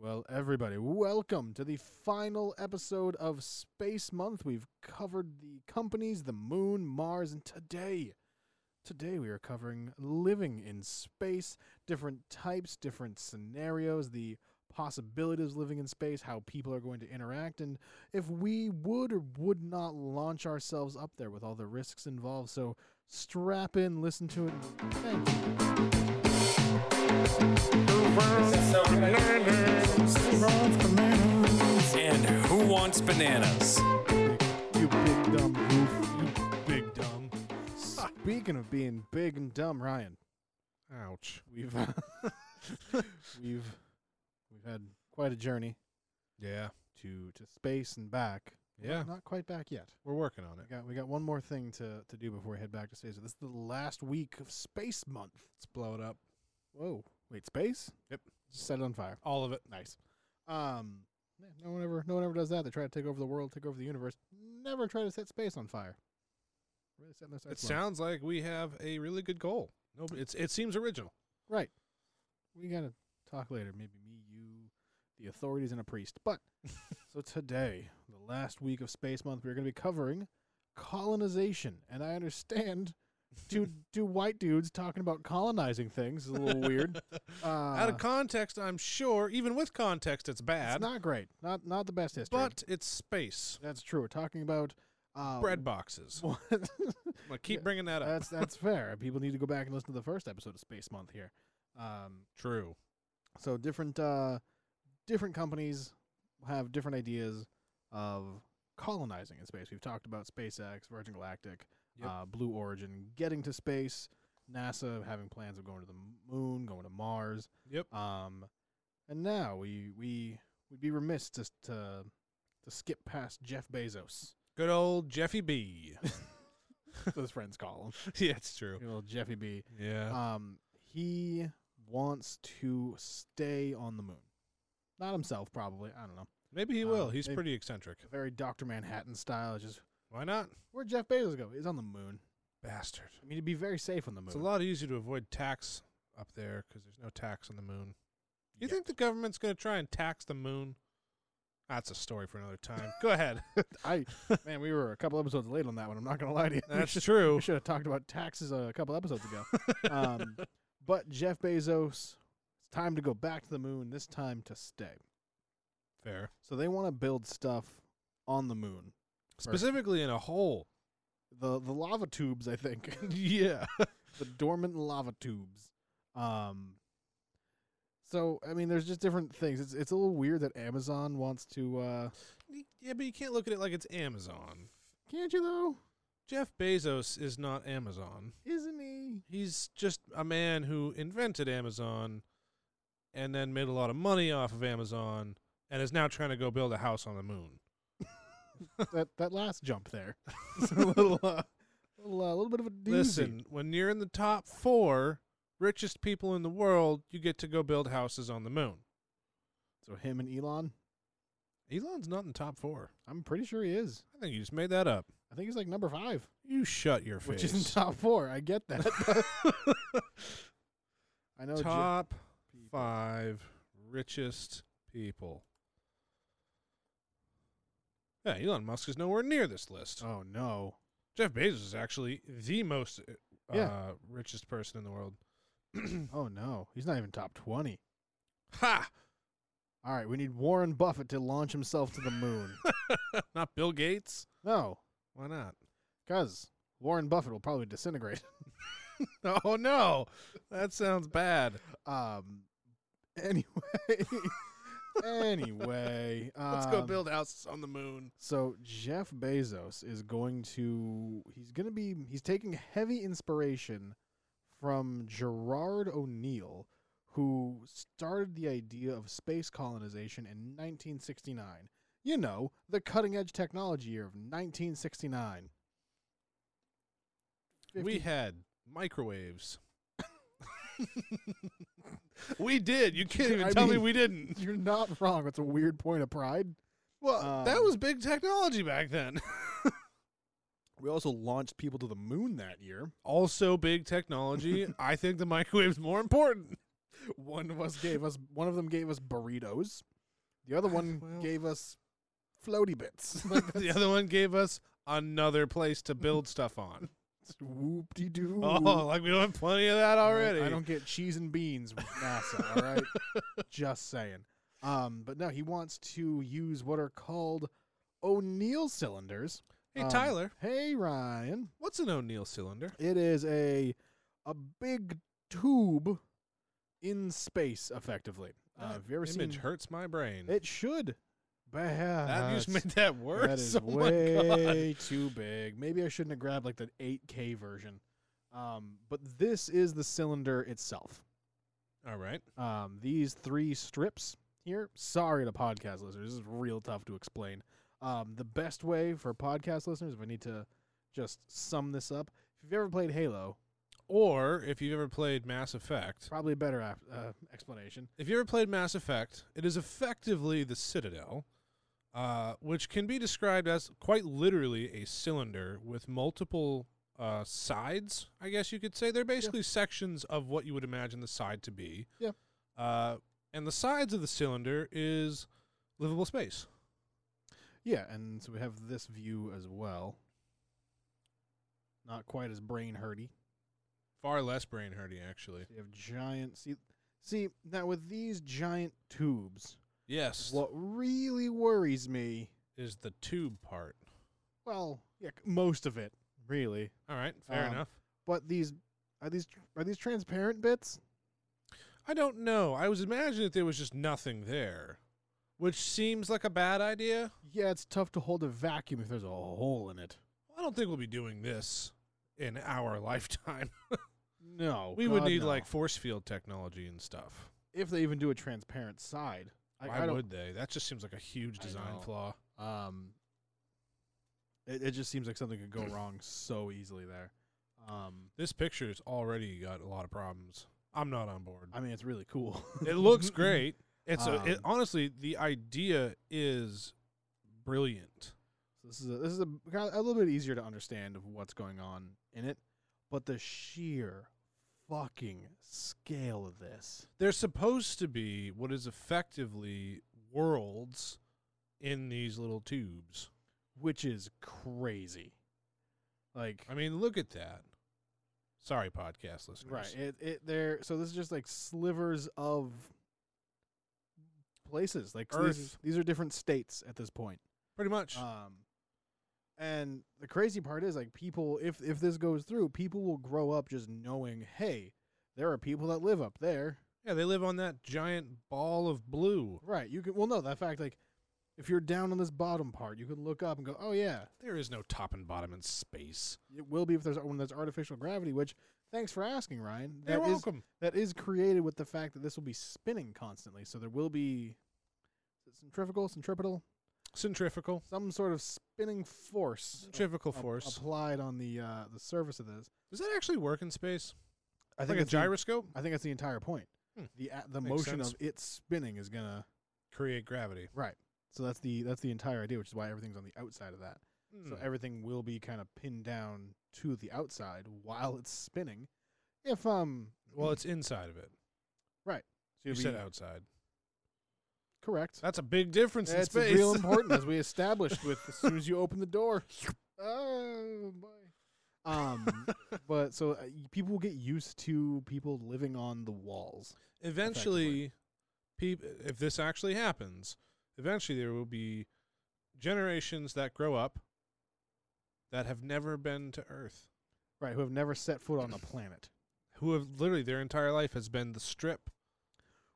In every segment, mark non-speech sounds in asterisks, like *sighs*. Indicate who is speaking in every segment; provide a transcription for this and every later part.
Speaker 1: Well, everybody, welcome to the final episode of Space Month. We've covered the companies, the moon, Mars, and today, today we are covering living in space, different types, different scenarios, the possibilities of living in space, how people are going to interact, and if we would or would not launch ourselves up there with all the risks involved. So strap in, listen to it. and Thank you.
Speaker 2: And who wants bananas?
Speaker 1: You big dumb goof. You big dumb. Speaking of being big and dumb, Ryan,
Speaker 3: Ouch.
Speaker 1: we've uh, *laughs* we've we've had quite a journey
Speaker 3: Yeah.
Speaker 1: to to space and back.
Speaker 3: Yeah.
Speaker 1: Not quite back yet.
Speaker 3: We're working on
Speaker 1: We
Speaker 3: it.
Speaker 1: got we got one more thing to to do before we head back to space. This is the last week of space month.
Speaker 3: Let's blow it up.
Speaker 1: Whoa. Wait, space?
Speaker 3: Yep.
Speaker 1: Just set it on fire.
Speaker 3: All of it.
Speaker 1: Nice. Um yeah, no one ever no one ever does that. They try to take over the world, take over the universe. Never try to set space on fire. Really setting their
Speaker 3: It
Speaker 1: sights low.
Speaker 3: sounds like we have a really good goal. No, but it's it seems original.
Speaker 1: Right. We gotta talk later. Maybe me, you, the authorities, and a priest.
Speaker 3: *laughs*
Speaker 1: But so today, the last week of Space Month, we're gonna be covering colonization. And I
Speaker 3: *laughs*
Speaker 1: understand two two white dudes talking about colonizing things is a little
Speaker 3: *laughs*
Speaker 1: weird. Uh,
Speaker 3: Out of context, I'm sure. Even with context, it's
Speaker 1: it's
Speaker 3: bad.
Speaker 1: not great. Not not the best history.
Speaker 3: but it's space.
Speaker 1: that's true. We're talking about uh,
Speaker 3: Bread boxes.
Speaker 1: What?
Speaker 3: I keep bringing that up.
Speaker 1: that's that's fair. People need to go back and listen to the first episode of Space Month here. Um,
Speaker 3: True.
Speaker 1: So different uh, different companies have different ideas of colonizing in space. We've talked about SpaceX, Virgin Galactic,
Speaker 3: Yep.
Speaker 1: uh, Blue Origin, getting to space, NASA having plans of going to the moon, going to Mars.
Speaker 3: Yep.
Speaker 1: Um, and now we we would be remiss to to to skip past Jeff Bezos.
Speaker 3: Good old Jeffy B. *laughs*
Speaker 1: Those friends call him
Speaker 3: yeah, it's true.
Speaker 1: Good old Jeffy B.
Speaker 3: Yeah.
Speaker 1: Um, he wants to stay on the moon. Not himself, probably. I don't know.
Speaker 3: Maybe he
Speaker 1: uh,
Speaker 3: will. He's
Speaker 1: maybe-
Speaker 3: pretty eccentric.
Speaker 1: very Doctor Manhattan style. It's just
Speaker 3: Why not?
Speaker 1: where'd Jeff Bezos go? He's on the moon.
Speaker 3: Bastard.
Speaker 1: I mean, he'd be very safe on the moon.
Speaker 3: It's a lot easier to avoid tax up there because there's no tax on the moon. You
Speaker 1: Yet.
Speaker 3: think the government's going to try and tax the moon? That's a story for another time. Go ahead. *laughs*
Speaker 1: I man, we were a couple episodes late on that one. I'm not gonna lie to you. *laughs* We
Speaker 3: That's *laughs*
Speaker 1: should-
Speaker 3: true.
Speaker 1: We should have talked about taxes a couple episodes
Speaker 3: *laughs*
Speaker 1: ago. um, but Jeff Bezos, it's time to go back to the moon. This time to stay.
Speaker 3: Fair.
Speaker 1: So they want to build stuff on the moon.
Speaker 3: Specifically in a hole.
Speaker 1: The the lava tubes, I think.
Speaker 3: *laughs*
Speaker 1: *laughs*
Speaker 3: yeah.
Speaker 1: the dormant lava tubes. Um, so I mean, there's just different things. It's it's a little weird that Amazon wants to. Uh,
Speaker 3: Yeah, but you can't look at it like it's Amazon.
Speaker 1: can't you though?
Speaker 3: Jeff Bezos is not Amazon.
Speaker 1: Isn't he?
Speaker 3: He's just a man who invented Amazon and then made a lot of money off of Amazon and is now trying to go build a house on the moon.
Speaker 1: that that last jump there. *laughs* It's a little, uh, little, uh, little bit of a doozy.
Speaker 3: Listen, when you're in the top four richest people in the world, you get to go build houses on the moon.
Speaker 1: So him and Elon,
Speaker 3: Elon's not in the top four.
Speaker 1: I'm pretty sure he is.
Speaker 3: I think you just made that up.
Speaker 1: I think he's like number five,
Speaker 3: You shut your
Speaker 1: which
Speaker 3: face.
Speaker 1: is in *laughs* top four. I get that.
Speaker 3: *laughs*
Speaker 1: I
Speaker 3: Oh,
Speaker 1: know. Jeff-
Speaker 3: top
Speaker 1: people.
Speaker 3: five richest people. Yeah, Elon Musk is nowhere near this list.
Speaker 1: oh no.
Speaker 3: Jeff Bezos is actually the most uh,
Speaker 1: Yeah.
Speaker 3: richest person in the world. *clears throat*
Speaker 1: Oh no. He's not even top twenty.
Speaker 3: Ha!
Speaker 1: All right, we need Warren Buffett to launch himself to the
Speaker 3: *laughs*
Speaker 1: moon.
Speaker 3: Not Bill Gates.
Speaker 1: no,
Speaker 3: Why not? *laughs*
Speaker 1: Because Warren Buffett will probably disintegrate. *laughs*
Speaker 3: Oh no, that sounds bad.
Speaker 1: Um, anyway, *laughs* anyway,
Speaker 3: Let's go
Speaker 1: um,
Speaker 3: build houses on the moon.
Speaker 1: So Jeff Bezos is going to. He's going to be. He's taking heavy inspiration from Gerard O'Neill, who started the idea of space colonization in 1969. You know, the cutting edge technology year of 1969.
Speaker 3: We had microwaves. *laughs* we did. *laughs* You can't even
Speaker 1: I
Speaker 3: tell me
Speaker 1: mean-
Speaker 3: we
Speaker 1: *laughs*
Speaker 3: didn't.
Speaker 1: You're not wrong. It's a weird point of pride.
Speaker 3: Well,
Speaker 1: Um,
Speaker 3: that was big technology back then.
Speaker 1: We also launched people to the moon that year. *laughs*
Speaker 3: also big technology. I think the microwave's more important.
Speaker 1: one of us gave us one of them gave us burritos. The other *laughs* one
Speaker 3: Well-
Speaker 1: gave us floaty bits.
Speaker 3: *laughs*
Speaker 1: *laughs*
Speaker 3: the other one gave us another place to build stuff on.
Speaker 1: Whoop de doo.
Speaker 3: Oh, like we don't have plenty of that already.
Speaker 1: I don't get cheese and beans with NASA, all right? *laughs* Just saying. Um, but no, he wants to use what are called O'Neill cylinders.
Speaker 3: hey,
Speaker 1: Um,
Speaker 3: Tyler,
Speaker 1: Hey, Ryan.
Speaker 3: what's an O'Neill cylinder?
Speaker 1: It is a a big tube in space, effectively. Uh,
Speaker 3: That
Speaker 1: have you ever
Speaker 3: image
Speaker 1: seen?
Speaker 3: hurts my brain.
Speaker 1: It should.
Speaker 3: that you just
Speaker 1: Bad.
Speaker 3: made *laughs* that worse.
Speaker 1: That is
Speaker 3: Oh my God.
Speaker 1: way too big. Maybe I shouldn't have grabbed like the 8K version. Um, but this is the cylinder itself.
Speaker 3: All right.
Speaker 1: Um, these three strips here. Sorry to podcast listeners, this is real tough to explain. Um, the best way for podcast listeners, if I need to just sum this up, if you've ever played Halo,
Speaker 3: Or if you've ever played Mass Effect,
Speaker 1: probably a better ap- uh, explanation.
Speaker 3: if you ever played Mass Effect, it is effectively the Citadel, uh, which can be described as quite literally a cylinder with multiple uh, sides. I guess you could say they're basically sections of what you would imagine the side to be.
Speaker 1: Yeah.
Speaker 3: Uh, and the sides of the cylinder is livable space.
Speaker 1: Yeah, and so we have this view as well. Not quite as brain hurty.
Speaker 3: Far less brain hurting, actually.
Speaker 1: So you have giant. See, see now with these giant tubes,
Speaker 3: Yes,
Speaker 1: what really worries me.
Speaker 3: is the tube part.
Speaker 1: Well, yeah, c- most of it really.
Speaker 3: All right, fair
Speaker 1: Um,
Speaker 3: enough.
Speaker 1: But these are these tr- are these transparent bits?
Speaker 3: I don't know. I was imagining that there was just nothing there, which seems like a bad idea.
Speaker 1: Yeah, it's tough to hold a vacuum if there's a hole in it.
Speaker 3: I don't think we'll be doing this in our *laughs* lifetime.
Speaker 1: No,
Speaker 3: we would
Speaker 1: Oh, God,
Speaker 3: need
Speaker 1: no.
Speaker 3: like force field technology and stuff.
Speaker 1: if they even do a transparent side. I,
Speaker 3: Why
Speaker 1: I don't.
Speaker 3: would they? That just seems like a huge
Speaker 1: I
Speaker 3: design
Speaker 1: know.
Speaker 3: flaw.
Speaker 1: Um, it, it just seems like something *laughs* could go wrong so easily there. Um,
Speaker 3: This picture's already got a lot of problems. I'm not on board.
Speaker 1: *laughs* I mean, it's really cool.
Speaker 3: it looks great. It's a, it,
Speaker 1: Um,
Speaker 3: honestly the idea is brilliant.
Speaker 1: So this is a, this is a, kinda a little bit easier to understand of what's going on in it, but the sheer fucking scale of this.
Speaker 3: They're supposed to be what is effectively worlds in these little tubes.
Speaker 1: which is crazy. Like
Speaker 3: I mean, look at that. Sorry, podcast listeners.
Speaker 1: right, it it there. So this is just like slivers of places. Like so these,
Speaker 3: Earth.
Speaker 1: these are different states at this point.
Speaker 3: Pretty much.
Speaker 1: Um, and the crazy part is like people. If if this goes through, people will grow up just knowing, hey, there are people that live up there.
Speaker 3: yeah, they live on that giant ball of blue.
Speaker 1: Right. You can well no that fact like. If you're down on this bottom part, you can look up and go, "Oh yeah,
Speaker 3: There is no top and bottom in space.
Speaker 1: it will be if there's when there's artificial gravity." Which, thanks for asking, Ryan.
Speaker 3: You're
Speaker 1: That is
Speaker 3: welcome.
Speaker 1: that is created with the fact that this will be spinning constantly. So there will be is it centrifugal, centripetal,
Speaker 3: Centrifugal.
Speaker 1: some sort of spinning force a-
Speaker 3: Centrifugal
Speaker 1: a-
Speaker 3: force.
Speaker 1: applied on the uh, the surface of this.
Speaker 3: Does that actually work in space?
Speaker 1: I
Speaker 3: like a
Speaker 1: that's the-
Speaker 3: gyroscope?
Speaker 1: I think that's the entire point.
Speaker 3: Hmm.
Speaker 1: The a- the
Speaker 3: Makes
Speaker 1: motion
Speaker 3: sense.
Speaker 1: of it spinning is gonna
Speaker 3: Create gravity.
Speaker 1: right. So that's the that's the entire idea, which is why everything's on the outside of that.
Speaker 3: Hmm.
Speaker 1: So everything will be kind of pinned down to the outside while it's spinning. If um,
Speaker 3: well, it's inside of it.
Speaker 1: so
Speaker 3: You
Speaker 1: you'll
Speaker 3: said
Speaker 1: be
Speaker 3: outside.
Speaker 1: correct.
Speaker 3: That's a big difference
Speaker 1: That's
Speaker 3: in space. *laughs*
Speaker 1: real important, as we established with as soon as you open the door. Oh boy.
Speaker 3: *laughs*
Speaker 1: Um, but so uh, y- people will get used to people living on the walls.
Speaker 3: eventually, peop- if this actually happens, eventually there will be generations that grow up that have never been to Earth.
Speaker 1: Right, who have never set foot on the planet.
Speaker 3: who have literally their entire life has been the strip.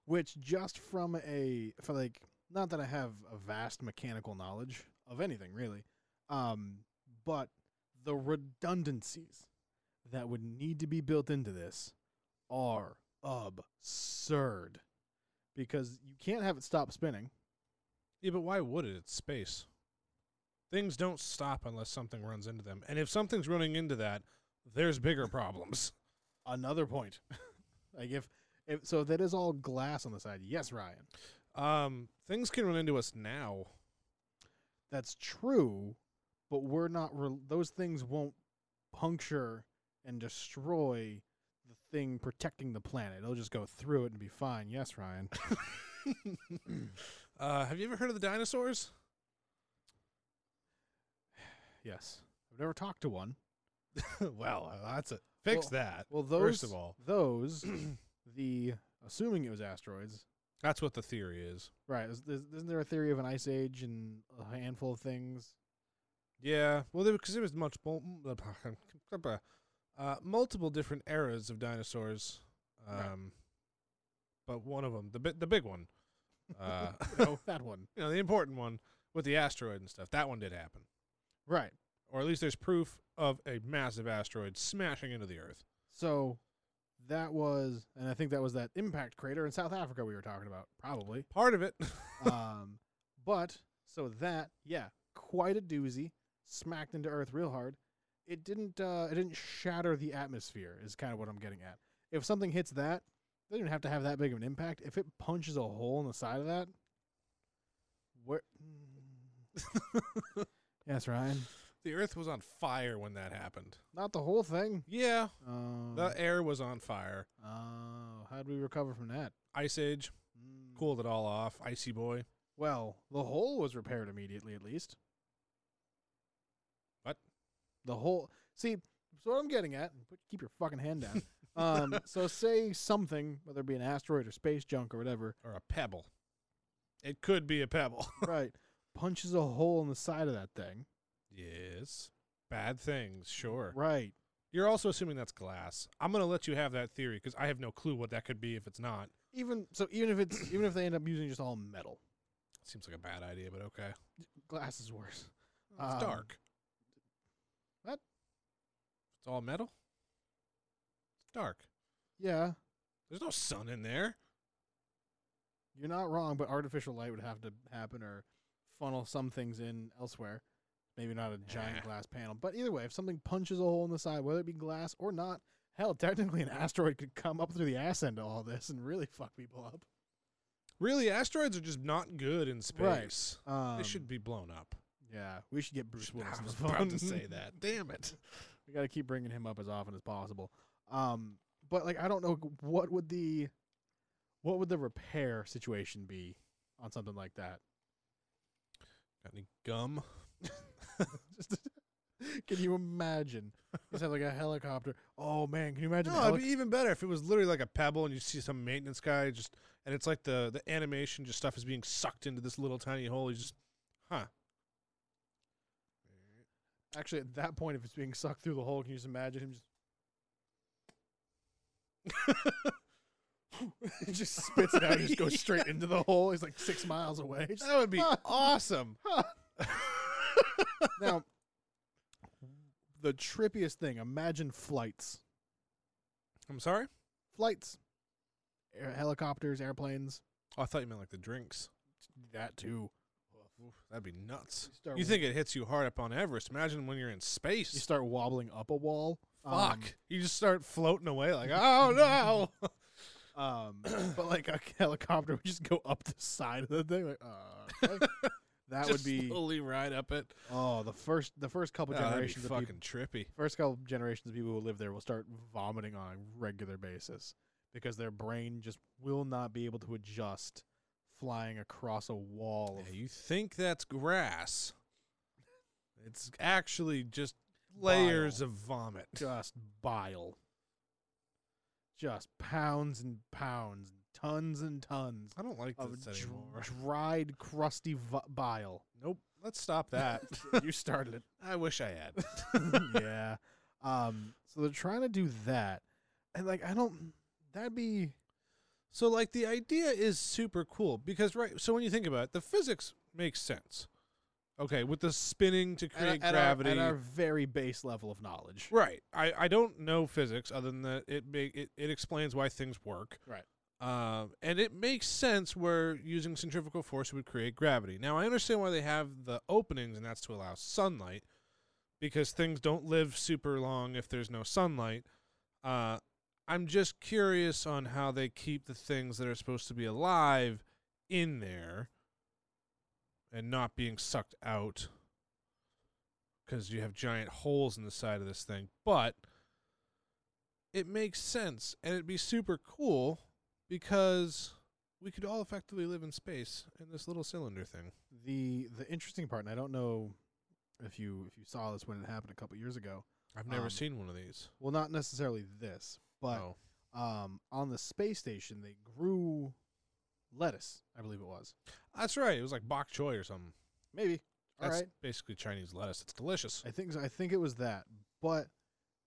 Speaker 1: Which just from a for like not that I have a vast mechanical knowledge of anything really. Um, but the redundancies that would need to be built into this are absurd. Because you can't have it stop spinning.
Speaker 3: Yeah, but why would it? It's space. Things don't stop unless something runs into them. And if something's running into that, there's bigger problems. *laughs*
Speaker 1: another point. *laughs* like if, if so, that is all glass on the side. Yes, Ryan,
Speaker 3: Um, things can run into us now. *laughs*
Speaker 1: that's true, but we're not. Re- those things won't puncture and destroy the thing protecting the planet. It'll just go through it and be fine. Yes, *laughs* Ryan.
Speaker 3: Uh, have you ever heard of the dinosaurs?
Speaker 1: Yes. I've never talked to one. *laughs*
Speaker 3: well, uh, that's a fix
Speaker 1: Well-
Speaker 3: that.
Speaker 1: Well, those
Speaker 3: First of all,
Speaker 1: *clears throat* those the assuming it was asteroids,
Speaker 3: that's what the theory is.
Speaker 1: right? is- is- Isn't there a theory of an ice age and a handful of *laughs* things?
Speaker 3: Yeah, well, because there was much mul- uh, multiple different eras of dinosaurs, um,
Speaker 1: Right.
Speaker 3: but one of them, the bi- the big one, uh, *laughs*
Speaker 1: No, that one.
Speaker 3: you know, the important one with the asteroid and stuff. That one did happen,
Speaker 1: Right.
Speaker 3: or at least there's proof of a massive asteroid smashing into the Earth.
Speaker 1: So that was, and I think that was that impact crater in South Africa we were talking about, probably.
Speaker 3: Part of it,
Speaker 1: um, but so that, yeah, quite a doozy. Smacked into Earth real hard. It didn't. Uh, it didn't shatter the atmosphere. Is kind of what I'm getting at. If something hits that, it doesn't have to have that big of an impact. If it punches a hole in the side of that, where? *laughs* yes, Ryan.
Speaker 3: *laughs* the Earth was on fire when that happened.
Speaker 1: Not the whole thing.
Speaker 3: Yeah,
Speaker 1: Um,
Speaker 3: the air was on fire.
Speaker 1: oh, how'd we recover from that?
Speaker 3: Ice Age
Speaker 1: Mm.
Speaker 3: cooled it all off. Icy boy.
Speaker 1: Well, the hole was repaired immediately, at least.
Speaker 3: What?
Speaker 1: The hole. See, so what I'm getting at. Put, keep your fucking hand
Speaker 3: *laughs*
Speaker 1: down. um, so say something, whether it be an asteroid or space junk or
Speaker 3: *laughs*
Speaker 1: whatever,
Speaker 3: or a pebble. It could be a pebble. *laughs*
Speaker 1: right? Punches a hole in the side of that thing,
Speaker 3: yes. Bad things, sure.
Speaker 1: right?
Speaker 3: You're also assuming that's glass. I'm going to let you have that theory because I have no clue what that could be if it's not.
Speaker 1: Even so, even if it's even if they end up using just all metal,
Speaker 3: Seems like a bad idea, but okay.
Speaker 1: glass is worse.
Speaker 3: It's
Speaker 1: Um,
Speaker 3: dark.
Speaker 1: what?
Speaker 3: It's all metal? It's dark.
Speaker 1: Yeah,
Speaker 3: There's no sun in there.
Speaker 1: you're not wrong, but artificial light would have to happen or funnel some things in elsewhere. Maybe not a
Speaker 3: Eh.
Speaker 1: giant
Speaker 3: Yeah.
Speaker 1: glass panel, but either way, if something punches a hole in the side, whether it be glass or not, hell, *laughs* technically an asteroid could come up through the ass end of all this and really fuck people up.
Speaker 3: Really, asteroids are just not good in
Speaker 1: Right.
Speaker 3: space.
Speaker 1: Um,
Speaker 3: they should be blown up.
Speaker 1: Yeah, we should get Bruce Willis.
Speaker 3: I
Speaker 1: on *laughs*
Speaker 3: *laughs* was
Speaker 1: the phone.
Speaker 3: about to say that. Damn it.
Speaker 1: we got to keep bringing him up as often as possible. Um, but like, I don't know what would the what would the repair situation be on something like that.
Speaker 3: Got any gum?
Speaker 1: *laughs* Just- can you imagine? Just have like a helicopter. Oh man, can you imagine? a
Speaker 3: No, it'd
Speaker 1: helic-
Speaker 3: be even better if it was literally like a pebble and you see some maintenance guy just and it's like the the animation just stuff is being sucked into this little tiny hole. You just huh.
Speaker 1: Actually, at that point, if it's being sucked through the hole, can you just imagine him just? *laughs* He just spits it out. He just
Speaker 3: *laughs*
Speaker 1: goes straight into the hole. He's like six miles away. Just-
Speaker 3: That
Speaker 1: *laughs*
Speaker 3: would be
Speaker 1: Huh.
Speaker 3: awesome.
Speaker 1: Huh. now, the trippiest thing. Imagine flights,
Speaker 3: I'm sorry?
Speaker 1: flights, Air, helicopters, airplanes.
Speaker 3: Oh, I thought you meant like the drinks.
Speaker 1: That too.
Speaker 3: That'd be nuts.
Speaker 1: You start
Speaker 3: You think it hits you hard up on Everest. Imagine when you're in
Speaker 1: You
Speaker 3: space.
Speaker 1: start wobbling up a wall.
Speaker 3: Fuck.
Speaker 1: Um,
Speaker 3: you just start floating away
Speaker 1: *laughs*
Speaker 3: like, oh no. *clears throat*
Speaker 1: Um, but like a helicopter would just go up the side of the thing. Like, uh, okay.
Speaker 3: *laughs*
Speaker 1: that would
Speaker 3: Just
Speaker 1: be
Speaker 3: slowly right up it.
Speaker 1: oh the first the first couple
Speaker 3: Oh, that'd be
Speaker 1: generations of
Speaker 3: fucking
Speaker 1: people,
Speaker 3: trippy.
Speaker 1: first couple generations of people who live there will start vomiting on a regular basis because their brain just will not be able to adjust flying across a wall.
Speaker 3: Yeah,
Speaker 1: Of,
Speaker 3: you think that's grass. It's actually just layers
Speaker 1: Bile.
Speaker 3: of vomit.
Speaker 1: *laughs* just bile. Just pounds and pounds, tons and tons
Speaker 3: I don't like
Speaker 1: of
Speaker 3: this
Speaker 1: dr- *laughs*
Speaker 3: anymore.
Speaker 1: dried, crusty v- bile.
Speaker 3: Nope. Let's stop that.
Speaker 1: *laughs* you started it.
Speaker 3: I wish I had.
Speaker 1: *laughs* yeah. Um. So they're trying to do that, and like I don't. That'd be
Speaker 3: So like the idea is super cool because right so when you think about it, the physics makes sense. Okay, with the spinning to
Speaker 1: at, our-
Speaker 3: create
Speaker 1: at
Speaker 3: gravity.
Speaker 1: Our, at our very base level of knowledge.
Speaker 3: Right. I, I don't know physics other than that it make it, it explains why things work.
Speaker 1: Right.
Speaker 3: Um, and it makes sense where using centrifugal force would create gravity. Now I understand why they have the openings and that's to allow sunlight because things don't live super long if there's no sunlight. Uh, I'm just curious on how they keep the things that are supposed to be alive in there and not being sucked out because you have giant holes in the side of this thing. But it makes sense and it'd be super cool because we could all effectively live in space in this little cylinder thing.
Speaker 1: The the interesting part, and I don't know if you if you saw this when it happened a couple years ago.
Speaker 3: I've never
Speaker 1: Um,
Speaker 3: seen one of these.
Speaker 1: Well, not necessarily this, but
Speaker 3: oh,
Speaker 1: um, on the space station they grew lettuce, I believe it was.
Speaker 3: that's right. It was like bok choy or something.
Speaker 1: Maybe. All
Speaker 3: That's
Speaker 1: right.
Speaker 3: basically Chinese lettuce. It's delicious.
Speaker 1: I think so- I think it was that, but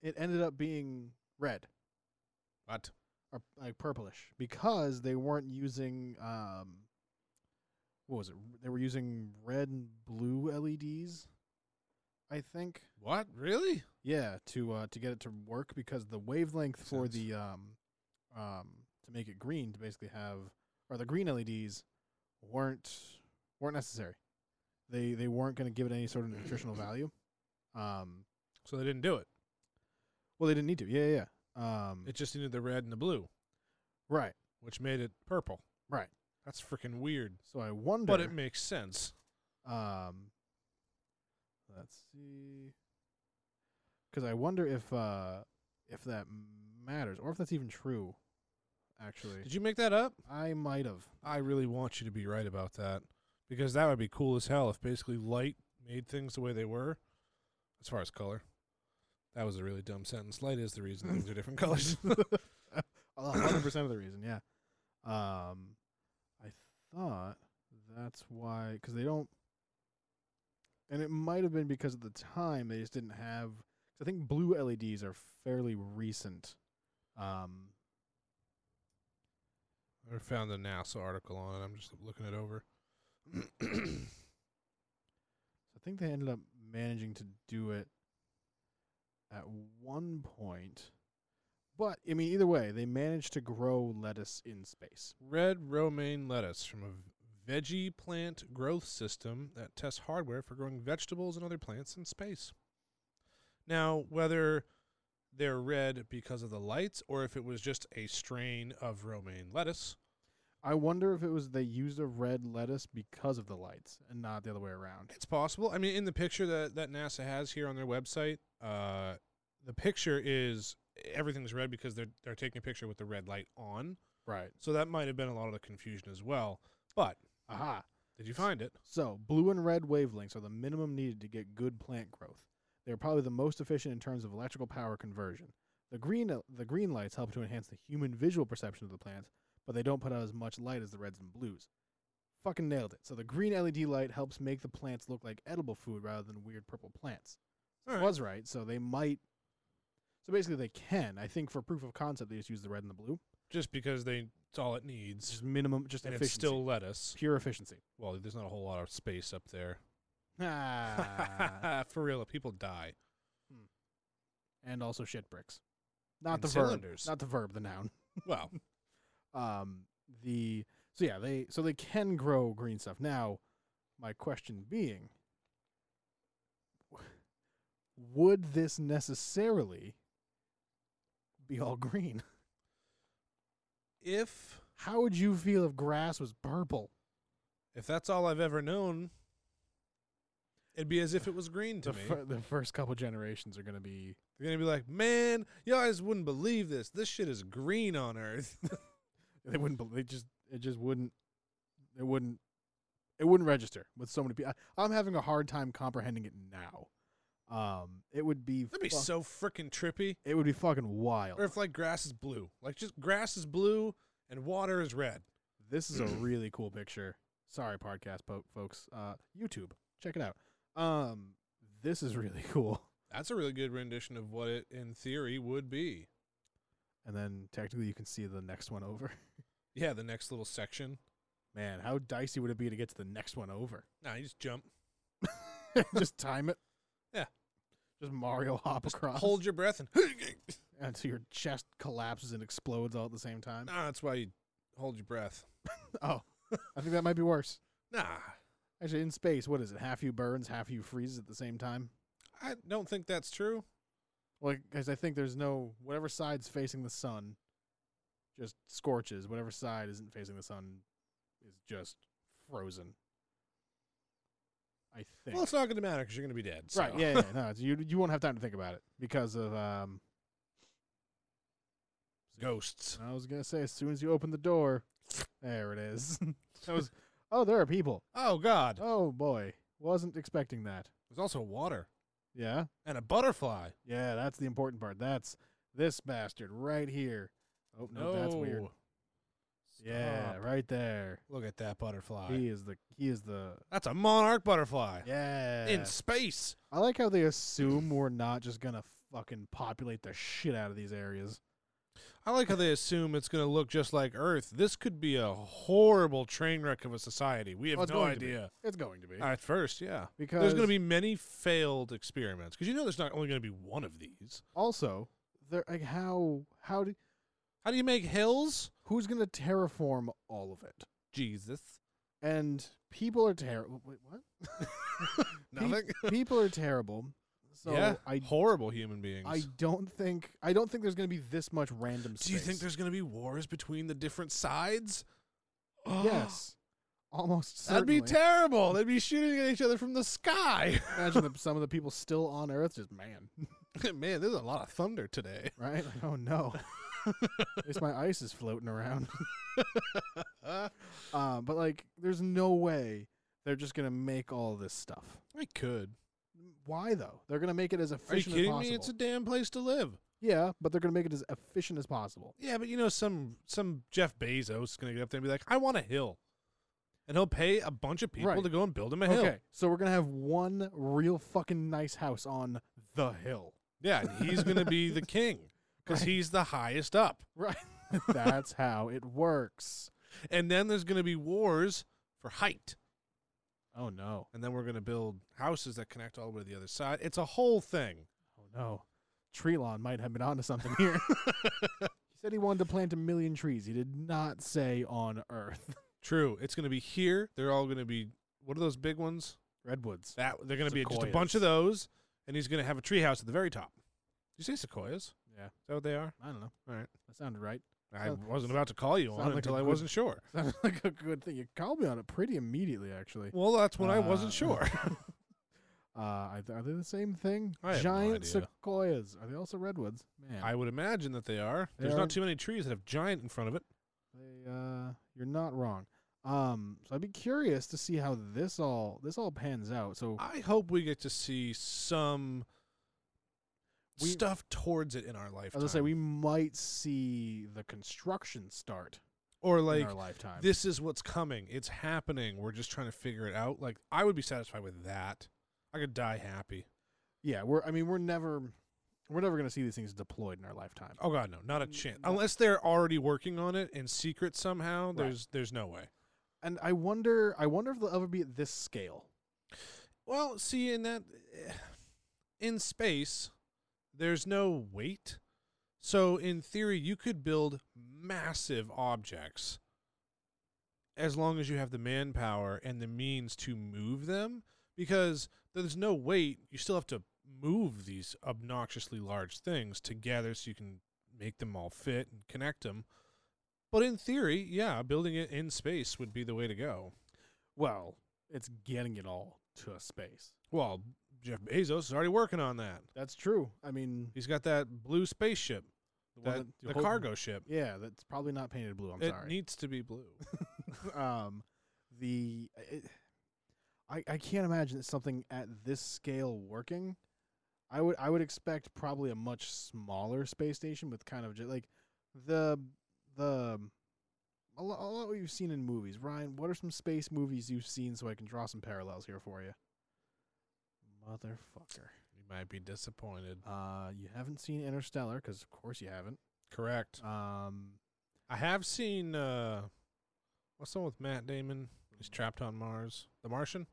Speaker 1: it ended up being red
Speaker 3: But
Speaker 1: or like purplish because they weren't using um what was it? They were using red and blue LEDs, I think.
Speaker 3: what? Really?
Speaker 1: Yeah, to uh, to get it to work because the wavelength
Speaker 3: Makes
Speaker 1: for
Speaker 3: sense.
Speaker 1: the um, um, to make it green to basically have or the green LEDs weren't weren't necessary. They they weren't going to give it any sort of nutritional value. Um,
Speaker 3: So they didn't do it.
Speaker 1: well, they didn't need to. Yeah, yeah. yeah. Um,
Speaker 3: It just needed the red and the blue,
Speaker 1: right,
Speaker 3: which made it purple.
Speaker 1: right.
Speaker 3: That's freaking weird,
Speaker 1: So I wonder.
Speaker 3: but it makes sense.
Speaker 1: Um, let's see. Because I wonder if uh, if that matters or if that's even true. Actually,
Speaker 3: Did you make that up?
Speaker 1: I might have.
Speaker 3: I really want you to be right about that because that would be cool as hell if basically light made things the way they were as far as color. That was a really dumb sentence. Light is the reason things are different colors. *laughs*
Speaker 1: *laughs* A hundred percent of the reason, yeah. Um, I thought that's why because they don't, and it might have been because at the time they just didn't have. 'cause I think blue LEDs are fairly recent. Um,
Speaker 3: I found a NASA article on it. I'm just looking it over. *clears throat*
Speaker 1: I think they ended up managing to do it at one point, but I mean, either way, they managed to grow lettuce in space.
Speaker 3: Red romaine lettuce from a v- veggie plant growth system that tests hardware for growing vegetables and other plants in space. Now, whether they're red because of the lights or if it was just a strain of romaine lettuce,
Speaker 1: I wonder if it was they used a red lettuce because of the lights and not the other way around.
Speaker 3: it's possible. I mean, in the picture that, that NASA has here on their website, uh, the picture is everything's red because they're, they're taking a picture with the red light on.
Speaker 1: Right.
Speaker 3: So that might have been a lot of the confusion as well. But
Speaker 1: Aha.
Speaker 3: did you find it?
Speaker 1: So, blue and red wavelengths are the minimum needed to get good plant growth. They're probably the most efficient in terms of electrical power conversion. The green uh, the green lights help to enhance the human visual perception of the plants, but they don't put out as much light as the reds and blues. Fucking nailed it. So the green LED light helps make the plants look like edible food rather than weird purple plants. So
Speaker 3: All
Speaker 1: it
Speaker 3: right.
Speaker 1: was right. So they might So basically they can. I think for proof of concept they just use the red and the blue.
Speaker 3: Just because they it's all it needs.
Speaker 1: It's just minimum just
Speaker 3: and
Speaker 1: efficiency.
Speaker 3: it's still lettuce.
Speaker 1: pure efficiency.
Speaker 3: Well, there's not a whole lot of space up there.
Speaker 1: *laughs* Ah.
Speaker 3: *laughs* For real, people die.
Speaker 1: and also shit bricks. Not
Speaker 3: And
Speaker 1: the
Speaker 3: cylinders.
Speaker 1: verb. Not the verb, the noun.
Speaker 3: Well,
Speaker 1: Um the so yeah, they so they can grow green stuff. Now, my question being would this necessarily be all green? *laughs*
Speaker 3: if
Speaker 1: How would you feel if grass was purple?
Speaker 3: if that's all I've ever known, it'd be as if it was green to
Speaker 1: The,
Speaker 3: me.
Speaker 1: fir- the first couple generations are going to be
Speaker 3: They're gonna be like, man, you guys wouldn't believe this. This shit is green on Earth. *laughs*
Speaker 1: they wouldn't bel- they just it just wouldn't it wouldn't it wouldn't register with so many people i'm having a hard time comprehending it now um it would be
Speaker 3: That'd be
Speaker 1: fuck-
Speaker 3: so freaking trippy.
Speaker 1: it would be fucking wild
Speaker 3: Or if like grass is blue, like just grass is blue and water is red.
Speaker 1: this
Speaker 3: *clears throat*
Speaker 1: is a really cool picture sorry podcast po- folks uh youtube check it out um this is really *laughs* cool
Speaker 3: That's a really good rendition of what it in theory would be.
Speaker 1: and then technically you can see the next one over *laughs*
Speaker 3: Yeah, the next little section.
Speaker 1: man how dicey would it be to get to the next one over *laughs*
Speaker 3: Nah, you just jump.
Speaker 1: just time it
Speaker 3: Yeah.
Speaker 1: just mario hop
Speaker 3: Just
Speaker 1: across
Speaker 3: hold your breath and *gasps*
Speaker 1: until your chest collapses and explodes all at the same time.
Speaker 3: Nah, that's why you hold your breath.
Speaker 1: Oh, I think that might be worse.
Speaker 3: Nah,
Speaker 1: Actually, in space, what is it? Half you burns, half you freezes at the same time.
Speaker 3: I don't think that's true.
Speaker 1: Well, because I think there's no whatever side's facing the sun, just scorches. Whatever side isn't facing the sun is just frozen. I think.
Speaker 3: Well, it's not going to matter because you're going to be dead. so. *laughs*
Speaker 1: right? Yeah, yeah. No, it's, you you won't have time to think about it because of um
Speaker 3: Ghosts.
Speaker 1: I was gonna say as soon as you open the door, there it is. *laughs* I was oh there are people.
Speaker 3: *laughs* Oh God!
Speaker 1: Oh boy, wasn't expecting that.
Speaker 3: There's also water
Speaker 1: Yeah,
Speaker 3: and a butterfly.
Speaker 1: yeah, that's the important part. That's this bastard right here. Oh no, that's weird.
Speaker 3: No.
Speaker 1: Yeah,
Speaker 3: Stop.
Speaker 1: right there.
Speaker 3: Look at that butterfly.
Speaker 1: He is the he is the
Speaker 3: That's a monarch butterfly
Speaker 1: yeah.
Speaker 3: in space.
Speaker 1: I like how they assume we're not just gonna fucking populate the shit out of these areas.
Speaker 3: I like how they assume it's going to look just like Earth. This could be a horrible train wreck of a society. We have
Speaker 1: Well, it's
Speaker 3: no
Speaker 1: going to be.
Speaker 3: idea.
Speaker 1: It's going to be
Speaker 3: At first, yeah.
Speaker 1: because
Speaker 3: there's going to be many failed experiments because you know there's not only going to be one of these.
Speaker 1: also there like how how do
Speaker 3: How do you make hills?
Speaker 1: who's gonna terraform all of it?
Speaker 3: Jesus.
Speaker 1: And people are terrible. Wait, what? Pe-
Speaker 3: Nothing. *laughs*
Speaker 1: people are terrible. So
Speaker 3: yeah.
Speaker 1: I
Speaker 3: Horrible human beings.
Speaker 1: I don't think I don't think there's going to be this much random space.
Speaker 3: do you think there's going to be wars between the different sides? *gasps* Oh,
Speaker 1: Yes. Almost
Speaker 3: That'd
Speaker 1: certainly.
Speaker 3: be terrible. They'd be shooting at each other from the sky. *laughs*
Speaker 1: Imagine that some of the people still on Earth just man,
Speaker 3: Man, there's a lot of thunder *laughs* today.
Speaker 1: right? Like, oh no.
Speaker 3: *laughs*
Speaker 1: At least my ice is floating around. *laughs*
Speaker 3: Uh,
Speaker 1: Uh, but like, there's no way they're just gonna make all this stuff.
Speaker 3: I could.
Speaker 1: Why though? They're gonna make it as
Speaker 3: Are you
Speaker 1: efficient as
Speaker 3: kidding
Speaker 1: possible.
Speaker 3: me? It's a damn place to live.
Speaker 1: yeah, but they're gonna make it as efficient as possible.
Speaker 3: Yeah, but you know, some some Jeff Bezos is gonna get up there and be like, "I want a hill," and he'll pay a bunch of people
Speaker 1: Right.
Speaker 3: to go and build him a hill.
Speaker 1: Okay, so we're gonna have one real fucking nice house on the hill.
Speaker 3: Yeah, and he's gonna be *laughs* the king because he's the highest up.
Speaker 1: Right. *laughs* That's how it works.
Speaker 3: And then there's gonna be wars for height,
Speaker 1: Oh no.
Speaker 3: and then we're gonna build houses that connect all the way to the other side. It's a whole thing.
Speaker 1: Oh no. Trelon might have been onto something
Speaker 3: *laughs*
Speaker 1: here. he said he wanted to plant a million trees. He did not say on Earth.
Speaker 3: True, it's gonna be here. They're all gonna be what are those big ones?
Speaker 1: Redwoods.
Speaker 3: That they're gonna be just a
Speaker 1: Sequoias.
Speaker 3: bunch of those, and he's gonna have a treehouse at the very top. Did you say sequoias?
Speaker 1: Yeah.
Speaker 3: is that what they are?
Speaker 1: I don't know.
Speaker 3: All right.
Speaker 1: That sounded right. *laughs*
Speaker 3: I
Speaker 1: Sound-
Speaker 3: wasn't about to call you
Speaker 1: sounds
Speaker 3: on
Speaker 1: like
Speaker 3: it until
Speaker 1: a
Speaker 3: I
Speaker 1: good- *laughs*
Speaker 3: wasn't sure.
Speaker 1: Sounded like a good thing. You called me on it pretty immediately, actually.
Speaker 3: Well, that's when I
Speaker 1: Uh,
Speaker 3: wasn't sure.
Speaker 1: *laughs* Uh, are they- are they the same thing?
Speaker 3: I have no
Speaker 1: Giant
Speaker 3: idea.
Speaker 1: sequoias. Are they also redwoods? Man,
Speaker 3: I would imagine that they are.
Speaker 1: They
Speaker 3: There's
Speaker 1: are-
Speaker 3: not too many trees that have giant in front of it.
Speaker 1: they, uh, you're not wrong. Um, so I'd be curious to see how this all this all pans out. So
Speaker 3: I hope we get to see some
Speaker 1: We-
Speaker 3: stuff towards it in our lifetime.
Speaker 1: As I say, we might see the construction start
Speaker 3: or
Speaker 1: in
Speaker 3: like
Speaker 1: our lifetime.
Speaker 3: this is what's coming. It's happening. We're just trying to figure it out. Like I would be satisfied with that. I could die happy.
Speaker 1: yeah, we're. I mean, we're never, we're never gonna see these things deployed in our lifetime.
Speaker 3: Oh god, no, not a
Speaker 1: Mm,
Speaker 3: chance.
Speaker 1: no.
Speaker 3: Unless they're already working on it in secret somehow.
Speaker 1: Right.
Speaker 3: There's there's no way.
Speaker 1: And I wonder, I wonder if they'll ever be at this scale.
Speaker 3: Well, see, in that, eh, in space, there's no weight. So, in theory, you could build massive objects as long as you have the manpower and the means to move them. Because there's no weight, you still have to move these obnoxiously large things together so you can make them all fit and connect them. But in theory, yeah, building it in space would be the way to go.
Speaker 1: Well, it's getting it all to a space.
Speaker 3: Well, Jeff Bezos is already working on that.
Speaker 1: That's true. I mean,
Speaker 3: He's got that blue spaceship,
Speaker 1: the, one
Speaker 3: that,
Speaker 1: that-
Speaker 3: the
Speaker 1: whole-
Speaker 3: cargo ship.
Speaker 1: Yeah, that's probably not painted blue. I'm
Speaker 3: it
Speaker 1: sorry.
Speaker 3: needs to
Speaker 1: *laughs*
Speaker 3: be blue.
Speaker 1: um, the uh, it, I I can't imagine that something at this scale working. I would I would expect probably a much smaller space station with kind of just like the the a lot, a lot what you've seen in movies. Ryan, what are some space movies you've seen so I can draw some parallels here for you? Motherfucker.
Speaker 3: you might be disappointed.
Speaker 1: Uh, you haven't seen Interstellar because of course you haven't.
Speaker 3: Correct.
Speaker 1: Um,
Speaker 3: I have seen uh, what's the one with Matt Damon? He's trapped on Mars. The Martian.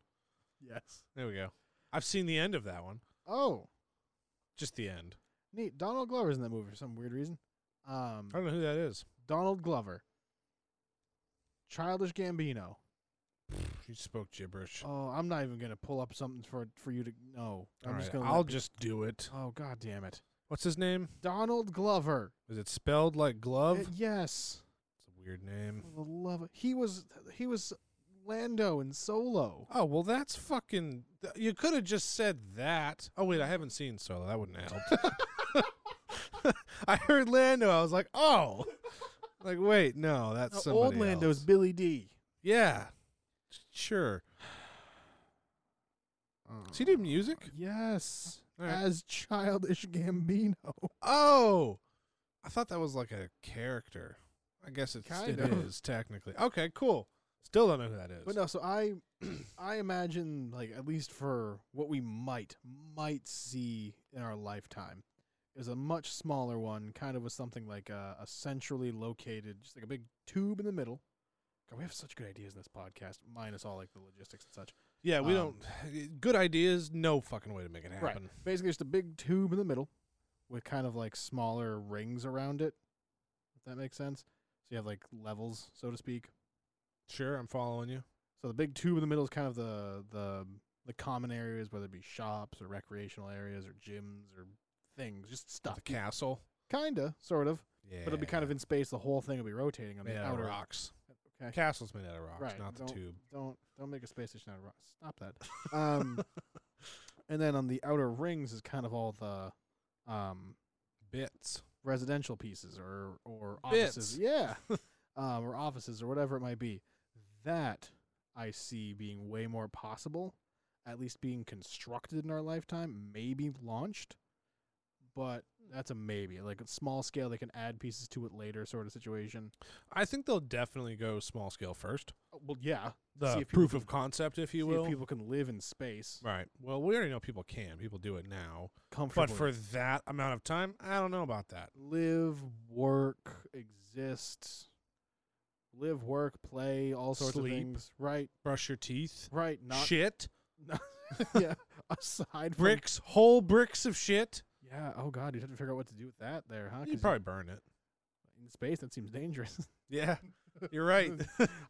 Speaker 1: yes.
Speaker 3: There we go. I've seen the end of that one.
Speaker 1: Oh,
Speaker 3: Just the end.
Speaker 1: neat. Donald Glover's in that movie for some weird reason. Um,
Speaker 3: I don't know who that is. *sighs*
Speaker 1: Donald Glover. Childish Gambino.
Speaker 3: You spoke gibberish.
Speaker 1: Oh, I'm not even gonna pull up something for for you to know. I'm
Speaker 3: All
Speaker 1: just
Speaker 3: right,
Speaker 1: gonna.
Speaker 3: I'll
Speaker 1: let pe-
Speaker 3: just do it.
Speaker 1: Oh God damn it,
Speaker 3: What's his name?
Speaker 1: Donald Glover.
Speaker 3: Is it spelled like glove?
Speaker 1: Uh,
Speaker 3: It's
Speaker 1: yes,
Speaker 3: a weird name.
Speaker 1: for the love. of- He was he was Lando in Solo.
Speaker 3: Oh well, that's fucking. th- You could have just said that. Oh wait, I haven't seen Solo. That wouldn't have helped. *laughs* I heard Lando. I was like, oh, like wait, no, that's
Speaker 1: Now,
Speaker 3: somebody
Speaker 1: Uh, old Lando's
Speaker 3: else.
Speaker 1: Billy D.
Speaker 3: Yeah, sure. Does he do music?
Speaker 1: Yes,
Speaker 3: All right.
Speaker 1: as childish Gambino.
Speaker 3: Oh, I thought that was like a character. I guess it's,
Speaker 1: Kind
Speaker 3: it
Speaker 1: of.
Speaker 3: is technically. Okay, cool. Still don't know who that is.
Speaker 1: But no, so I, *clears throat* I imagine like at least for what we might might see in our lifetime, is a much smaller one, kind of with something like a, a centrally located, just like a big tube in the middle. God, we have such good ideas in this podcast, minus all like the logistics and such.
Speaker 3: yeah, we
Speaker 1: um,
Speaker 3: don't. Good ideas, no fucking way to make it
Speaker 1: Right.
Speaker 3: happen.
Speaker 1: Basically, just a big tube in the middle, with kind of like smaller rings around it. If that makes sense. So you have like levels, so to speak.
Speaker 3: Sure, I'm following you.
Speaker 1: So the big tube in the middle is kind of the the the common areas, whether it be shops or recreational areas or gyms or things, just stuff.
Speaker 3: The castle.
Speaker 1: Kinda, sort of,
Speaker 3: Yeah,
Speaker 1: but it'll be kind of in space. The whole thing will be rotating on
Speaker 3: made
Speaker 1: the
Speaker 3: out
Speaker 1: outer.
Speaker 3: of rocks.
Speaker 1: Okay.
Speaker 3: Castle's made out of rocks,
Speaker 1: Right,
Speaker 3: not the
Speaker 1: don't-
Speaker 3: tube.
Speaker 1: Don't don't make a space station out of rock. Stop that. Um,
Speaker 3: *laughs*
Speaker 1: and then on the outer rings is kind of all the um
Speaker 3: Bits.
Speaker 1: residential pieces or or offices.
Speaker 3: Bits.
Speaker 1: Yeah, *laughs* um, or offices or whatever it might be. That I see being way more possible, at least being constructed in our lifetime, maybe launched. But
Speaker 3: Hmm.
Speaker 1: that's a maybe. Like a small scale, they can add pieces to it later, sort of situation.
Speaker 3: I think they'll definitely go small scale first.
Speaker 1: Uh, Well, yeah,
Speaker 3: The
Speaker 1: See if people
Speaker 3: proof
Speaker 1: can-
Speaker 3: of concept, if you
Speaker 1: see
Speaker 3: will.
Speaker 1: if people can live in space
Speaker 3: right. Well, we already know people can. People do it now.
Speaker 1: comfortably.
Speaker 3: But for that amount of time, I don't know about that.
Speaker 1: live, work, exist, live, work, play, all sorts
Speaker 3: Sleep.
Speaker 1: of things. Right,
Speaker 3: Brush your teeth.
Speaker 1: right. Not
Speaker 3: shit.
Speaker 1: yeah. *laughs* Aside from
Speaker 3: Bricks. Whole bricks of shit.
Speaker 1: Yeah. Oh God, you'd have to figure out what to do with that there, huh? 'Cause
Speaker 3: You'd probably burn it.
Speaker 1: in space that seems dangerous. *laughs*
Speaker 3: Yeah. You're right.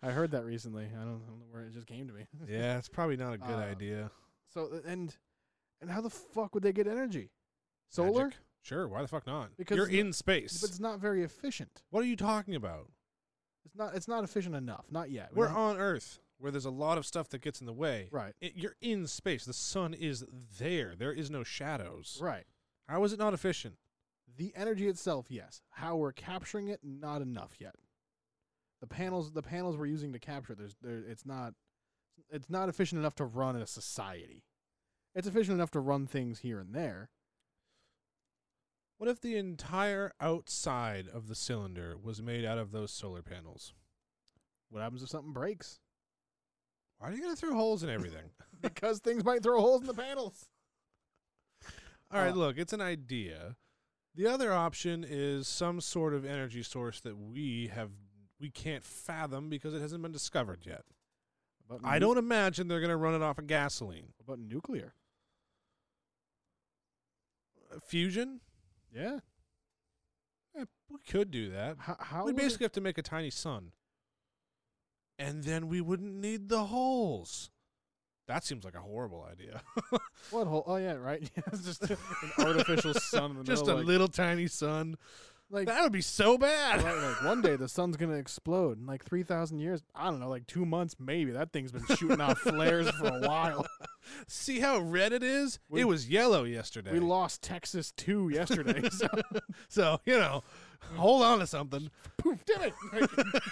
Speaker 1: I heard that recently. I don't, I don't know where it just came to me. *laughs*
Speaker 3: yeah, it's probably not a good
Speaker 1: Uh,
Speaker 3: idea.
Speaker 1: So th- and and how the fuck would they get energy? Solar?
Speaker 3: Magic? Sure. Why the fuck not?
Speaker 1: Because
Speaker 3: You're
Speaker 1: it's not-
Speaker 3: in space.
Speaker 1: But it's not very efficient.
Speaker 3: what are you talking about?
Speaker 1: It's not it's not efficient enough. Not yet. We
Speaker 3: We're
Speaker 1: don't-
Speaker 3: on Earth where there's a lot of stuff that gets in the way.
Speaker 1: right.
Speaker 3: It, you're in space. The sun is there. There is no shadows.
Speaker 1: Right.
Speaker 3: How is it not efficient?
Speaker 1: The energy itself, yes. How we're capturing it, not enough yet. The panels the panels we're using to capture it, there's there it's not it's not efficient enough to run a society. It's efficient enough to run things here and there.
Speaker 3: What if the entire outside of the cylinder was made out of those solar panels?
Speaker 1: What happens if something breaks?
Speaker 3: Why are you going to throw holes in everything?
Speaker 1: *laughs* because things might throw holes in the panels.
Speaker 3: All right,
Speaker 1: Uh,
Speaker 3: look, it's an idea. The other option is some sort of energy source that we have we can't fathom because it hasn't been discovered yet.
Speaker 1: About
Speaker 3: I
Speaker 1: nu-
Speaker 3: don't imagine they're going to run it off of gasoline.
Speaker 1: about nuclear.
Speaker 3: Uh, Fusion?
Speaker 1: Yeah.
Speaker 3: Eh, we could do that.
Speaker 1: How, how
Speaker 3: We
Speaker 1: would it-
Speaker 3: basically have to make a tiny sun. And then we wouldn't need the holes. That seems like a horrible
Speaker 1: *laughs*
Speaker 3: idea.
Speaker 1: what hole? Oh yeah, right. *laughs* Yeah, it's just an artificial sun in the
Speaker 3: Just a
Speaker 1: middle.
Speaker 3: little tiny sun.
Speaker 1: like, like,
Speaker 3: That would be so bad.
Speaker 1: right, like one day the sun's gonna explode in like three thousand years. I don't know, like two months maybe. That thing's been shooting off flares for a *laughs* while.
Speaker 3: *laughs* See how red it is?
Speaker 1: We-
Speaker 3: it was yellow yesterday.
Speaker 1: We lost Texas two yesterday. *laughs* So
Speaker 3: *laughs* So, you know, hold on to something.
Speaker 1: poof, did *laughs* it.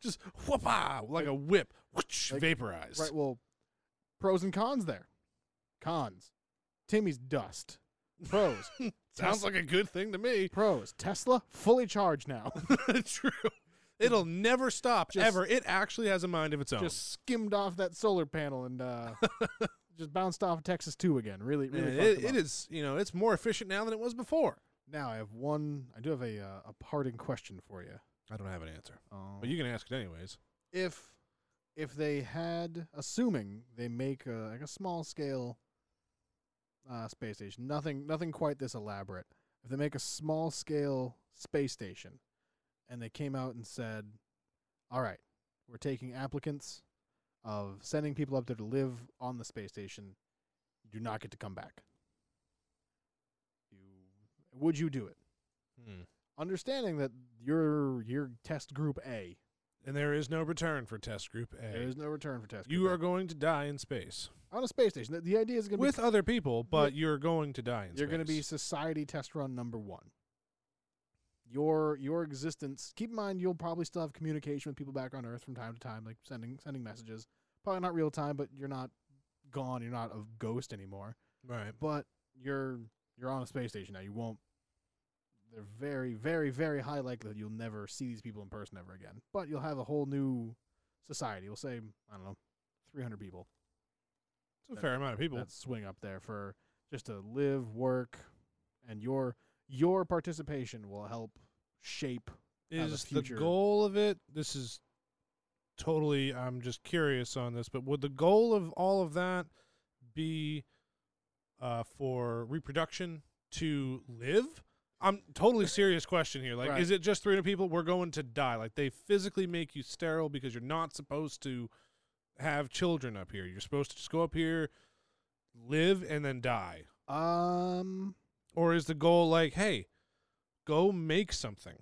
Speaker 3: Just whoop-ah, like a whip. Whoosh,
Speaker 1: Like-
Speaker 3: vaporized.
Speaker 1: right. Well, pros and cons there. Cons. Timmy's dust. *laughs* Pros.
Speaker 3: *laughs* Sounds like a good thing
Speaker 1: *laughs*
Speaker 3: to me. *laughs*
Speaker 1: Pros. Tesla fully charged now.
Speaker 3: True. It'll never stop
Speaker 1: Just-
Speaker 3: ever. It actually has a mind of its own.
Speaker 1: just skimmed off that solar panel and
Speaker 3: *laughs*
Speaker 1: uh, just bounced off Texas two again. Really,
Speaker 3: Man,
Speaker 1: really.
Speaker 3: it, it is, you know, it's more efficient now than it was before.
Speaker 1: Now I have one. I do have a uh, a parting question for you.
Speaker 3: I don't have an answer,
Speaker 1: Um,
Speaker 3: but you can ask it anyways.
Speaker 1: if if they had, assuming they make a, like a small scale uh, space station, nothing nothing quite this elaborate. If they make a small scale space station, and they came out and said, "All right, we're taking applicants of sending people up there to live on the space station. You do not get to come back." You would you do it? Hmm. Understanding that your your test group A
Speaker 3: And there is no return for test group A.
Speaker 1: there is no return for test.
Speaker 3: you
Speaker 1: group
Speaker 3: are going to die in space
Speaker 1: A. on a space station. The, the idea is going to
Speaker 3: with other people, but you're going to die in
Speaker 1: be
Speaker 3: space.
Speaker 1: you're going to be society test run number one. your your existence. Keep in mind, you'll probably still have communication with people back on Earth from time to time, like sending sending messages. Probably not real time, but you're not gone. You're not a ghost anymore.
Speaker 3: Right.
Speaker 1: But you're you're on a space station now. You won't. They're very, very, very high likelihood you'll never see these people in person ever again. But you'll have a whole new society. We'll say I don't know, 300 people
Speaker 3: It's a fair amount of people.
Speaker 1: that swing up there for just to live, work, and your your participation will help shape. how the
Speaker 3: Is the,
Speaker 1: future-
Speaker 3: goal of it? This is totally. I'm just curious on this, but would the goal of all of that be uh, for reproduction to live? I'm totally serious question here. Like,
Speaker 1: Right.
Speaker 3: is it just 300 people? We're going to die. Like, they physically make you sterile because you're not supposed to have children up here. You're supposed to just go up here, live, and then die.
Speaker 1: Um,
Speaker 3: Or is the goal like, hey, go make something?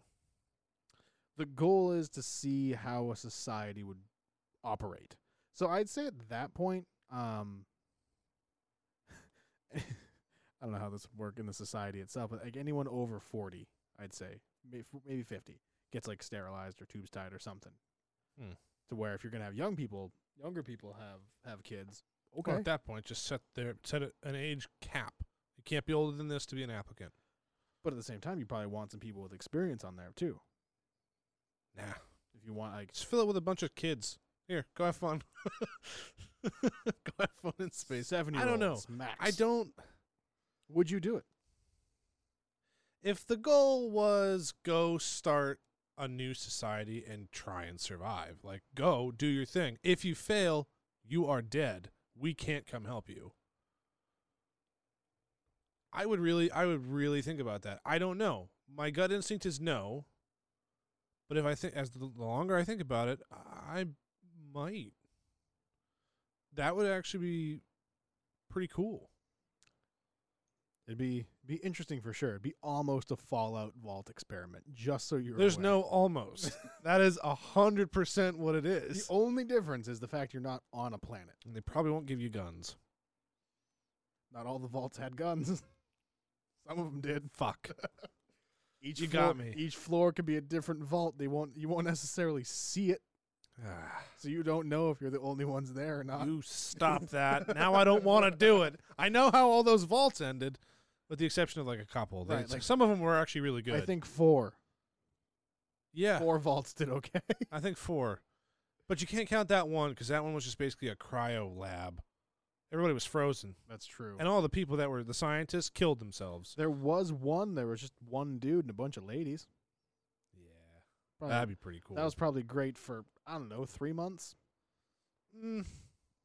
Speaker 1: the goal is to see how a society would operate. So I'd say at that point, um, *laughs* I don't know how this would work in the society itself, but like anyone over forty, I'd say may- f- maybe fifty gets like sterilized or tubes tied or something,
Speaker 3: Hmm.
Speaker 1: to where if you're gonna have young people, younger people have have kids. Okay,
Speaker 3: Well, at that point, just set there set a, an age cap. You can't be older than this to be an applicant.
Speaker 1: but at the same time, you probably want some people with experience on there too.
Speaker 3: Nah,
Speaker 1: If you want like
Speaker 3: just fill it with a bunch of kids. Here, go have fun. *laughs* go have fun in space.
Speaker 1: seventy,
Speaker 3: I don't know.
Speaker 1: Max.
Speaker 3: I don't.
Speaker 1: Would you do it?
Speaker 3: If the goal was go start a new society and try and survive, like go do your thing. If you fail, you are dead. We can't come help you. I would really, I would really think about that. I don't know. My gut instinct is no. But if I think, as the the longer I think about it, I might. That would actually be pretty cool.
Speaker 1: It'd be be interesting for sure. It'd be almost a Fallout Vault experiment, just so you're.
Speaker 3: There's
Speaker 1: aware.
Speaker 3: no
Speaker 1: *laughs*
Speaker 3: almost. that is a hundred percent what it
Speaker 1: The
Speaker 3: is.
Speaker 1: only difference is the fact you're not on a planet.
Speaker 3: And they probably won't give you guns.
Speaker 1: Not all the vaults had guns. *laughs* Some of them did.
Speaker 3: Fuck.
Speaker 1: *laughs* Each
Speaker 3: You
Speaker 1: floor,
Speaker 3: got me.
Speaker 1: Each floor could be a different vault. They won't. You won't necessarily see it, so you don't know if you're the only ones there or not.
Speaker 3: Ah,
Speaker 1: *laughs*
Speaker 3: you stop that. now I don't want to do it. I know how all those vaults ended, with the exception of like a couple. They-
Speaker 1: Right, like-
Speaker 3: some of them were actually really good.
Speaker 1: I think four.
Speaker 3: yeah,
Speaker 1: Four vaults did okay.
Speaker 3: I think four. But you can't count that one because that one was just basically a cryo lab. Everybody was frozen,
Speaker 1: That's true.
Speaker 3: and all the people that were the scientists killed themselves.
Speaker 1: there was one. There was just one dude and a bunch of ladies.
Speaker 3: Yeah,
Speaker 1: Probably-
Speaker 3: that'd be pretty cool.
Speaker 1: that was probably great for I don't know three months.
Speaker 3: Mm,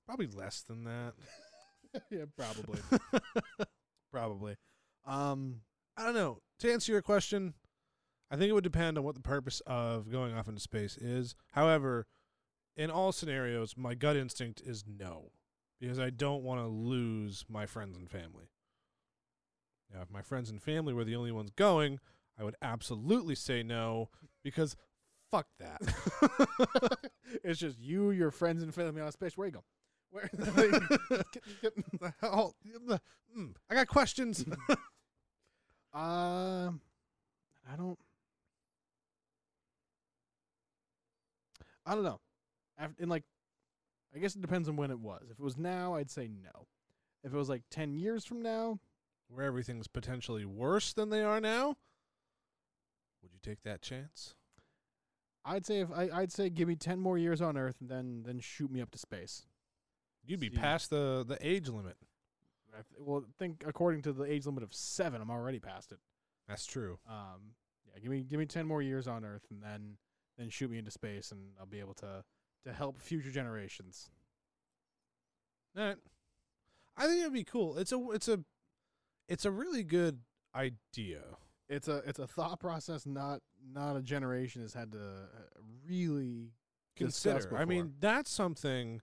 Speaker 3: probably less than that.
Speaker 1: *laughs* yeah, *laughs* probably.
Speaker 3: probably.
Speaker 1: um. *laughs*
Speaker 3: I don't know. To answer your question, I think it would depend on what the purpose of going off into space is. However, in all scenarios, my gut instinct is no, because I don't want to lose my friends and family. Now, if my friends and family were the only ones going, I would absolutely say no, because fuck that. *laughs*
Speaker 1: *laughs* it's just you, your friends, and family on a space. Where you go? *laughs* Where?
Speaker 3: Oh, mm, I got questions.
Speaker 1: *laughs* Um, I don't. I don't know. After, in like, I guess it depends on when it was. If it was now, I'd say no. If it was like ten years from now,
Speaker 3: where everything's potentially worse than they are now, would you take that chance?
Speaker 1: I'd say if I, I'd say give me ten more years on Earth, and then then shoot me up to space.
Speaker 3: You'd be
Speaker 1: See.
Speaker 3: past the, the age limit.
Speaker 1: I th- Well, think according to the age limit of seven, I'm already past it.
Speaker 3: That's true.
Speaker 1: um, yeah, give me give me ten more years on Earth, and then then shoot me into space, and I'll be able to to help future generations.
Speaker 3: All right. I think it'd be cool. It's a it's a it's a really good idea.
Speaker 1: It's a it's a thought process not not a generation has had to uh, really discuss
Speaker 3: Consider. I mean,
Speaker 1: before.
Speaker 3: that's something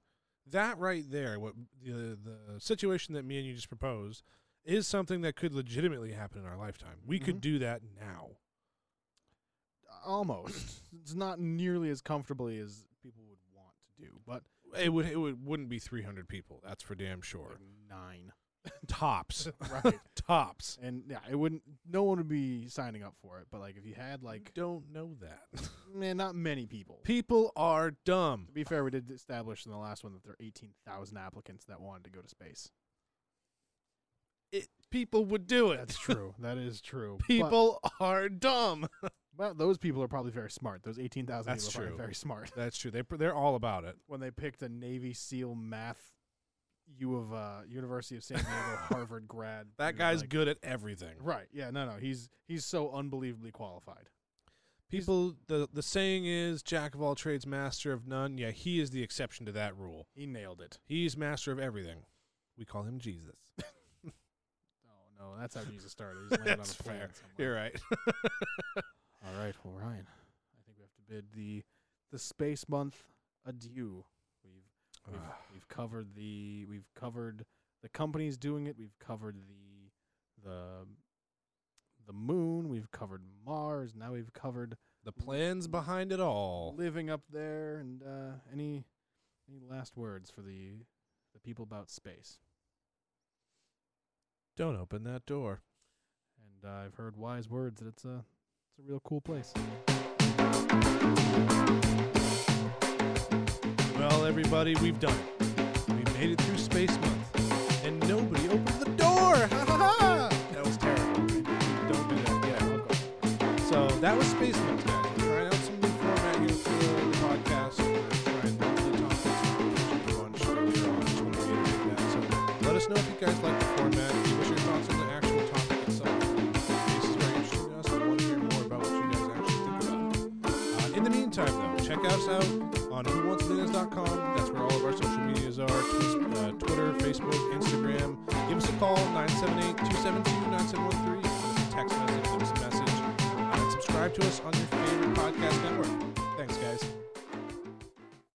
Speaker 3: that right there. What the the situation that me and you just proposed is something that could legitimately happen in our lifetime. We
Speaker 1: Mhm.
Speaker 3: could do that now. *clears throat*
Speaker 1: almost. it's not nearly as comfortably as people would want to do, but *laughs*
Speaker 3: It would it would, wouldn't be 300 people. That's for damn sure.
Speaker 1: like
Speaker 3: *laughs*
Speaker 1: nine.
Speaker 3: tops,
Speaker 1: right?
Speaker 3: tops.
Speaker 1: And yeah, it wouldn't. No one would be signing up for it. But like, if you had like,
Speaker 3: don't know that.
Speaker 1: man, not many people.
Speaker 3: *laughs* People are dumb.
Speaker 1: To be fair, we did establish in the last one that there are eighteen thousand applicants that wanted to go to space.
Speaker 3: It, people would do it.
Speaker 1: That's true. *laughs* that is true. But-
Speaker 3: *laughs* People are dumb.
Speaker 1: well, those people are probably very smart. Those eighteen thousand
Speaker 3: That's
Speaker 1: people are probably
Speaker 3: true.
Speaker 1: very smart.
Speaker 3: That's true. They they're all about it.
Speaker 1: When they picked a Navy SEAL math, U of uh, University of San
Speaker 3: *laughs*
Speaker 1: Diego Harvard grad.
Speaker 3: That
Speaker 1: you're
Speaker 3: guy's
Speaker 1: like-
Speaker 3: good at everything.
Speaker 1: Right. Yeah. No. No. He's he's so unbelievably qualified.
Speaker 3: People the the saying is jack of all trades, master of none. Yeah, he is the exception to that rule.
Speaker 1: He nailed it.
Speaker 3: He's master of everything. We call him Jesus.
Speaker 1: Oh no, that's how Jesus started.
Speaker 3: *laughs*
Speaker 1: He's landed on
Speaker 3: That's
Speaker 1: a planet. somewhere.
Speaker 3: *laughs* You're right. *laughs*
Speaker 1: All right, well, Ryan, I think we have to bid the the space month adieu. We've we've,
Speaker 3: Ah.
Speaker 1: we've covered the we've covered the companies doing it. We've covered the the the moon. We've covered Mars. Now we've covered
Speaker 3: the plans behind it all.
Speaker 1: living up there. And uh, any any last words for the the people about space?
Speaker 3: Don't open that door.
Speaker 1: And uh, I've heard wise words that it's a it's a real cool place.
Speaker 3: Well, everybody, we've done it. We made it through Space Month, and nobody opened the door. *laughs* Ha ha ha! That was terrible. Don't do that. Yeah. okay. So that was Space Month, guys. We're trying out some new format here for the podcast. We're trying multiple topics. We're on show later on. Just wanted to reiterate that. So let us know if you guys like the format. Give us your thoughts on the actual topic itself. This is very interesting to us. We want to hear more about what you guys actually think about. it. Uh, in the meantime, though, check us out on whowantsbananas.com. That's where all of our social medias are Twi- uh, Twitter, Facebook, Instagram. Give us a call, 978 272 9713. Send us a text message, give us a message. Uh, and subscribe to us on your favorite podcast network. Thanks, guys.